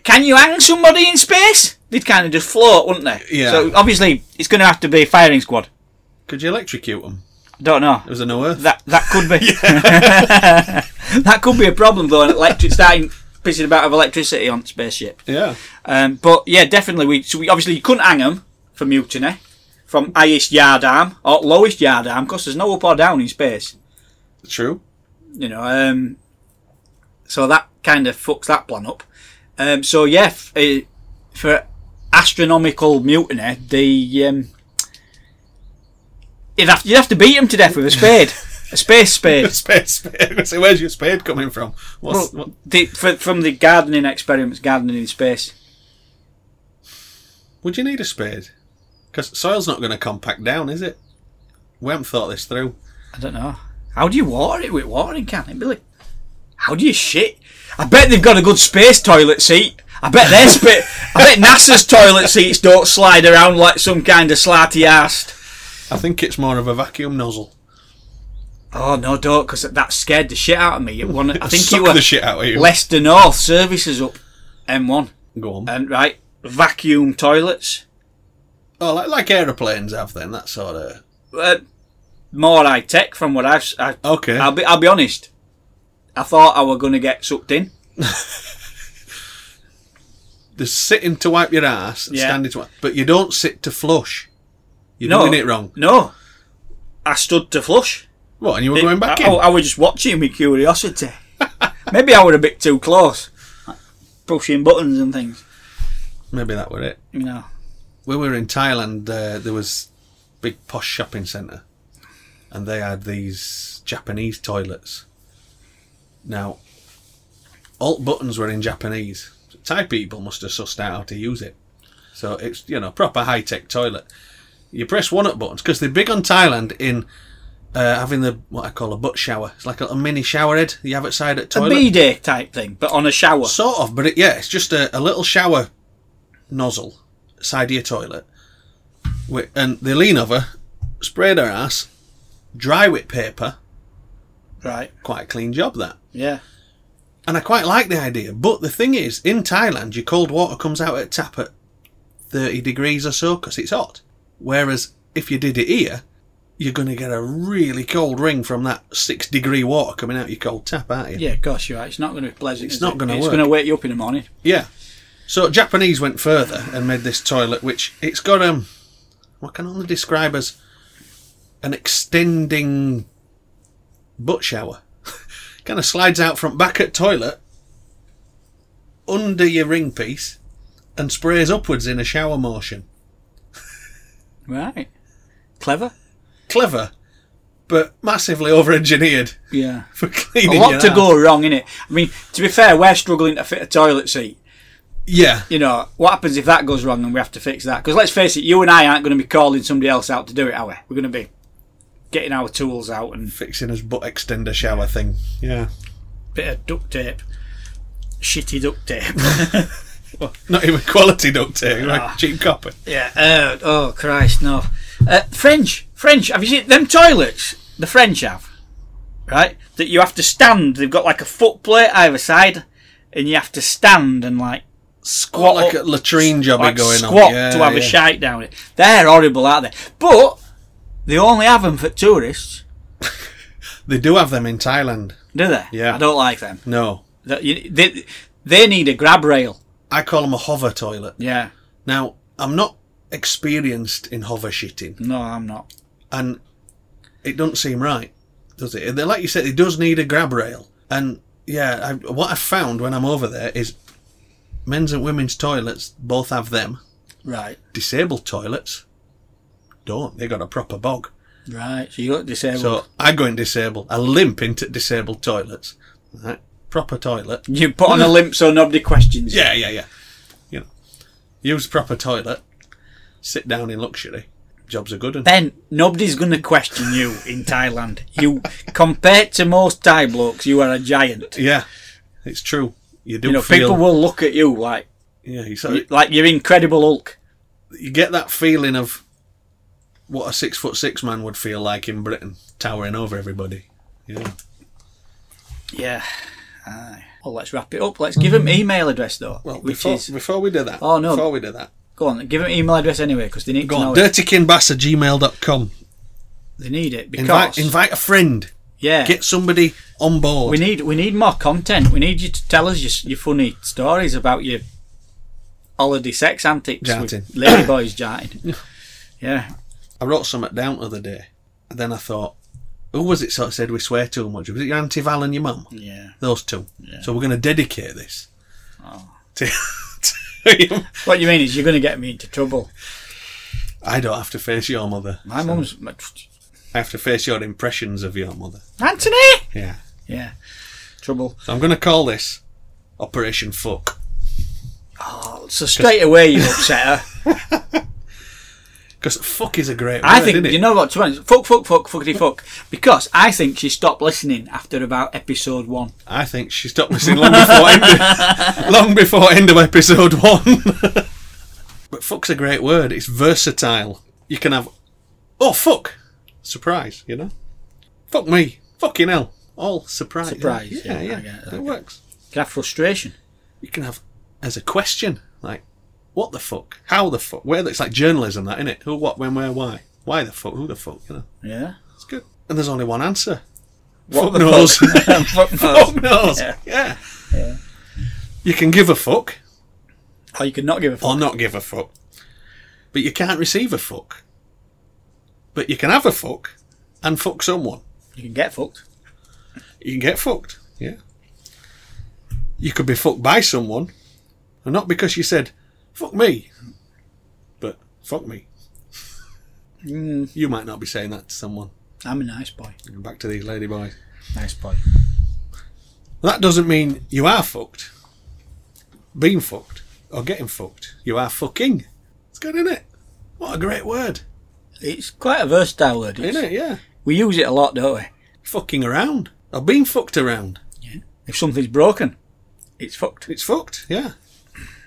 Speaker 2: Can you hang somebody in space? They'd kind of just float, wouldn't they?
Speaker 1: Yeah.
Speaker 2: So obviously, it's going to have to be a firing squad.
Speaker 1: could you electrocute them
Speaker 2: I don't know.
Speaker 1: was there no earth
Speaker 2: That that could be. that could be a problem though. An electric starting pissing about of electricity on spaceship.
Speaker 1: yeah
Speaker 2: Um, but yeah, definitely. We so we obviously you couldn't hang them for mutiny from highest yardarm or lowest yardarm because there's no up or down in space.
Speaker 1: true
Speaker 2: You know. Um, so that kind of fucks that plan up. Um, so yeah, f- uh, for astronomical mutiny, the um, you'd have you'd have to beat him to death with a spade, a space spade.
Speaker 1: spade spade so where's your spade coming from What's,
Speaker 2: Well,
Speaker 1: what?
Speaker 2: the, fr- from the gardening experiments, gardening in space.
Speaker 1: would you need a spade because soil's not going to compact down is it we haven't thought this through
Speaker 2: I don't know. How do you water it with watering can? It'd be like, how do you shit? I bet they've got a good space toilet seat. I bet their spa- I bet NASA's toilet seats don't slide around like some kind of slarty assed.
Speaker 1: i think it's more of a vacuum nozzle
Speaker 2: Oh no, don't, because that scared the shit out of me. It won- I think
Speaker 1: Suck
Speaker 2: you were
Speaker 1: the shit out of you
Speaker 2: Leicester North services up M1
Speaker 1: go on
Speaker 2: and right vacuum toilets.
Speaker 1: Oh, like, like aeroplanes have then, that sort of.
Speaker 2: uh, more high tech from what I've. s- I,
Speaker 1: Okay.
Speaker 2: I'll be. I'll be honest. I thought I were going to get sucked in.
Speaker 1: There's sitting to wipe your ass, and
Speaker 2: Yeah.
Speaker 1: standing to wipe. But you don't sit to flush. You're
Speaker 2: No,
Speaker 1: doing it wrong.
Speaker 2: No, I stood to flush.
Speaker 1: What, and you were going back
Speaker 2: I,
Speaker 1: in?
Speaker 2: I, I was just watching with curiosity. Maybe I were a bit too close, like pushing buttons and things.
Speaker 1: Maybe that were it.
Speaker 2: You know.
Speaker 1: When we were in Thailand, uh, there was big posh shopping centre, and they had these Japanese toilets. Now, alt buttons were in Japanese. Thai people must have sussed out how to use it. So it's you know proper high tech toilet. You press one up buttons because they're big on Thailand in uh, having the what I call a butt shower. It's like a little mini shower head you have outside at
Speaker 2: A
Speaker 1: toilet.
Speaker 2: B day type thing, but on a shower.
Speaker 1: Sort of, but it, yeah, it's just a, a little shower nozzle side of your toilet, Wi- and they lean over, spray their ass, dry with paper.
Speaker 2: right.
Speaker 1: Quite a clean job that,
Speaker 2: Yeah.
Speaker 1: and I quite like the idea. But the thing is, in Thailand, your cold water comes out at tap at thirty degrees or so because it's hot. Whereas if you did it here, you're going to get a really cold ring from that six degree water coming out your cold tap, aren't you?
Speaker 2: Yeah, of course you're right. It's not going to be pleasant.
Speaker 1: It's
Speaker 2: is
Speaker 1: not
Speaker 2: it?
Speaker 1: gonna
Speaker 2: It's
Speaker 1: work.
Speaker 2: going to wake you up in the morning.
Speaker 1: Yeah. So Japanese went further and made this toilet, which it's got um, what can I only describe as an extending butt shower. kind of slides out front back at toilet under your ring piece and sprays upwards in a shower motion.
Speaker 2: Right. Clever.
Speaker 1: Clever, but massively over-engineered
Speaker 2: Yeah.
Speaker 1: for cleaning.
Speaker 2: A lot
Speaker 1: your
Speaker 2: to
Speaker 1: ass.
Speaker 2: go wrong, innit? I mean, to be fair, we're struggling to fit a toilet seat.
Speaker 1: Yeah,
Speaker 2: you know, what happens if that goes wrong and we have to fix that? Because let's face it, you and I aren't going to be calling somebody else out to do it, are we? We're going to be getting our tools out and
Speaker 1: Fixing his butt extender shower thing. Yeah.
Speaker 2: bit of duct tape, shitty duct tape.
Speaker 1: Not even quality duct tape,
Speaker 2: Ah.
Speaker 1: like cheap copper.
Speaker 2: yeah. Uh, oh Christ, no. Uh, French, French. Have you seen them toilets? The French have, right? That you have to stand. They've got like a foot plate either side, and you have to stand and like squat
Speaker 1: Like a
Speaker 2: up,
Speaker 1: latrine jobby
Speaker 2: like
Speaker 1: going
Speaker 2: squat
Speaker 1: on. Yeah,
Speaker 2: to have
Speaker 1: yeah.
Speaker 2: a shite down it. They're horrible, aren't they? But they only have them for tourists,
Speaker 1: They do have them in Thailand.
Speaker 2: do they?
Speaker 1: Yeah.
Speaker 2: I don't like them.
Speaker 1: No.
Speaker 2: That you- They, they need a grab rail.
Speaker 1: I call them a hover toilet.
Speaker 2: Yeah.
Speaker 1: Now, I'm not experienced in hover shitting,
Speaker 2: No, I'm not.
Speaker 1: and it doesn't seem right, does it? And then, Like you said, it does need a grab rail. And yeah, I, what I found when I'm over there is men's and women's toilets both have them.
Speaker 2: Right.
Speaker 1: Disabled toilets don't. They got a proper bog.
Speaker 2: Right. So you got disabled.
Speaker 1: So I go in disabled. I limp into disabled toilets. Right. Proper toilet.
Speaker 2: you put on a limp so nobody questions you.
Speaker 1: Yeah, yeah, yeah. You know, use proper toilet. Sit down in luxury. Jobs are good. And
Speaker 2: Then nobody's going to question you in Thailand. You compared to most Thai blokes, you are a giant.
Speaker 1: Yeah, it's true. You do
Speaker 2: You know,
Speaker 1: feel.
Speaker 2: people will look at you like
Speaker 1: yeah, you, sort of-
Speaker 2: like you're Incredible Hulk.
Speaker 1: you get that feeling of what a six foot six man would feel like in Britain, towering over everybody. Yeah.
Speaker 2: Yeah. Aye. Well, let's wrap it up. Let's give them email address though,
Speaker 1: Mm-hmm. Well,
Speaker 2: which
Speaker 1: before,
Speaker 2: is
Speaker 1: before we do that.
Speaker 2: Oh, no.
Speaker 1: Before we do that.
Speaker 2: go on. Give them email address anyway because they need
Speaker 1: Go
Speaker 2: to
Speaker 1: on.
Speaker 2: know it.
Speaker 1: Dirtykinbass at gmail.com.
Speaker 2: They need it because
Speaker 1: Invite, invite a friend.
Speaker 2: yeah.
Speaker 1: Get somebody on board.
Speaker 2: We need we need more content. We need you to tell us your, your funny stories about your holiday sex antics
Speaker 1: Jarting.
Speaker 2: with ladyboys jarting. Yeah,
Speaker 1: I wrote something down the other day. And then I thought, who was it sort of said we swear too much? Was it your Auntie Val and your mum?
Speaker 2: yeah. Ah.
Speaker 1: Those two. So we're going to dedicate this to, to your-
Speaker 2: What you mean is you're going to get me into trouble.
Speaker 1: I don't have to face your mother.
Speaker 2: My mum's my-
Speaker 1: I have to face your impressions of your mother.
Speaker 2: Anthony.
Speaker 1: Yeah.
Speaker 2: Yeah, trouble.
Speaker 1: So I'm going to call this Operation Fuck.
Speaker 2: Oh, so straight away you upset her.
Speaker 1: Because fuck is a great word,
Speaker 2: I think
Speaker 1: isn't it?
Speaker 2: you know what to be honest, Fuck, fuck, fuck, fuckity fuck. Because I think she stopped listening after about episode one.
Speaker 1: I think she stopped listening long before end of, long before end of episode one. but fuck's a great word. It's versatile. You can have oh fuck surprise. You know, fuck me, fucking hell, all surprise.
Speaker 2: Surprise,
Speaker 1: Yeah, yeah,
Speaker 2: yeah,
Speaker 1: yeah.
Speaker 2: I get it, I
Speaker 1: it
Speaker 2: get
Speaker 1: works.
Speaker 2: Can have frustration.
Speaker 1: You can have as a question like what the fuck, how the fuck, where. It's like journalism, that innit? Who, what, when, where, why? Why the fuck? Who the fuck? You know,
Speaker 2: Yeah.
Speaker 1: it's good. And there's only one answer. fuck
Speaker 2: the
Speaker 1: knows.
Speaker 2: fuck knows.
Speaker 1: fuck knows.
Speaker 2: Yeah.
Speaker 1: yeah. You can give a fuck.
Speaker 2: Or you could not give a fuck.
Speaker 1: or not give a fuck. But you can't receive a fuck. But you can have a fuck and fuck someone.
Speaker 2: You can get fucked.
Speaker 1: You can get fucked. Yeah. You could be fucked by someone, and not because you said fuck me, but fuck me. You might not be saying that to someone.
Speaker 2: I'm a nice boy.
Speaker 1: Back to these ladyboys.
Speaker 2: Nice boy.
Speaker 1: That doesn't mean you are fucked, being fucked, or getting fucked. You are fucking. It's good, isn't it? What a great word,
Speaker 2: It's quite a versatile word. It's-
Speaker 1: isn't it? Yeah.
Speaker 2: We use it a lot, don't we?
Speaker 1: fucking around or being fucked around.
Speaker 2: If something's broken, it's fucked.
Speaker 1: It's fucked, yeah.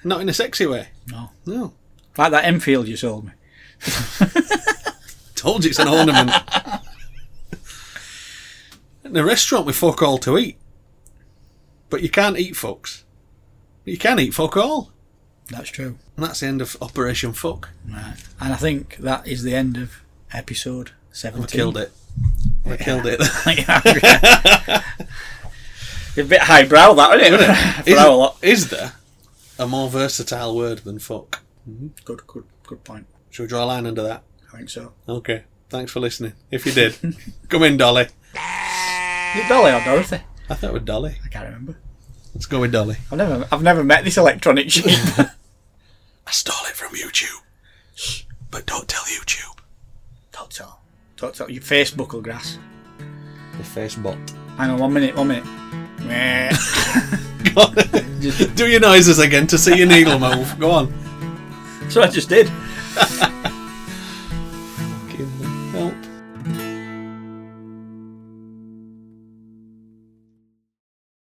Speaker 1: Not in a sexy way.
Speaker 2: No.
Speaker 1: No.
Speaker 2: Like that Enfield you sold me.
Speaker 1: Told you it's an ornament. in a restaurant with fuck all to eat. But you can't eat fucks. You can eat fuck all.
Speaker 2: That's true.
Speaker 1: And that's the end of Operation Fuck.
Speaker 2: Right. And I think that is the end of episode 17.
Speaker 1: I killed it. I killed it.
Speaker 2: a bit highbrow, that, isn't it?
Speaker 1: is,
Speaker 2: For our lot.
Speaker 1: is there a more versatile word than fuck?
Speaker 2: Good, good, good point.
Speaker 1: Should we draw a line under that?
Speaker 2: I think so.
Speaker 1: Okay. Thanks for listening. If you did, come in, Dolly.
Speaker 2: Is it Dolly or Dorothy?
Speaker 1: I thought it was Dolly.
Speaker 2: I can't remember.
Speaker 1: Let's go with Dolly.
Speaker 2: I've never, I've never met this electronic sheep.
Speaker 1: I stole it from YouTube. But don't tell YouTube.
Speaker 2: Don't tell. Don't tell. Your Facebook will grass.
Speaker 1: The face bot.
Speaker 2: Hang on, one minute, one minute. Meh.
Speaker 1: Do your noises again to see your needle move. Go on.
Speaker 2: so I just did.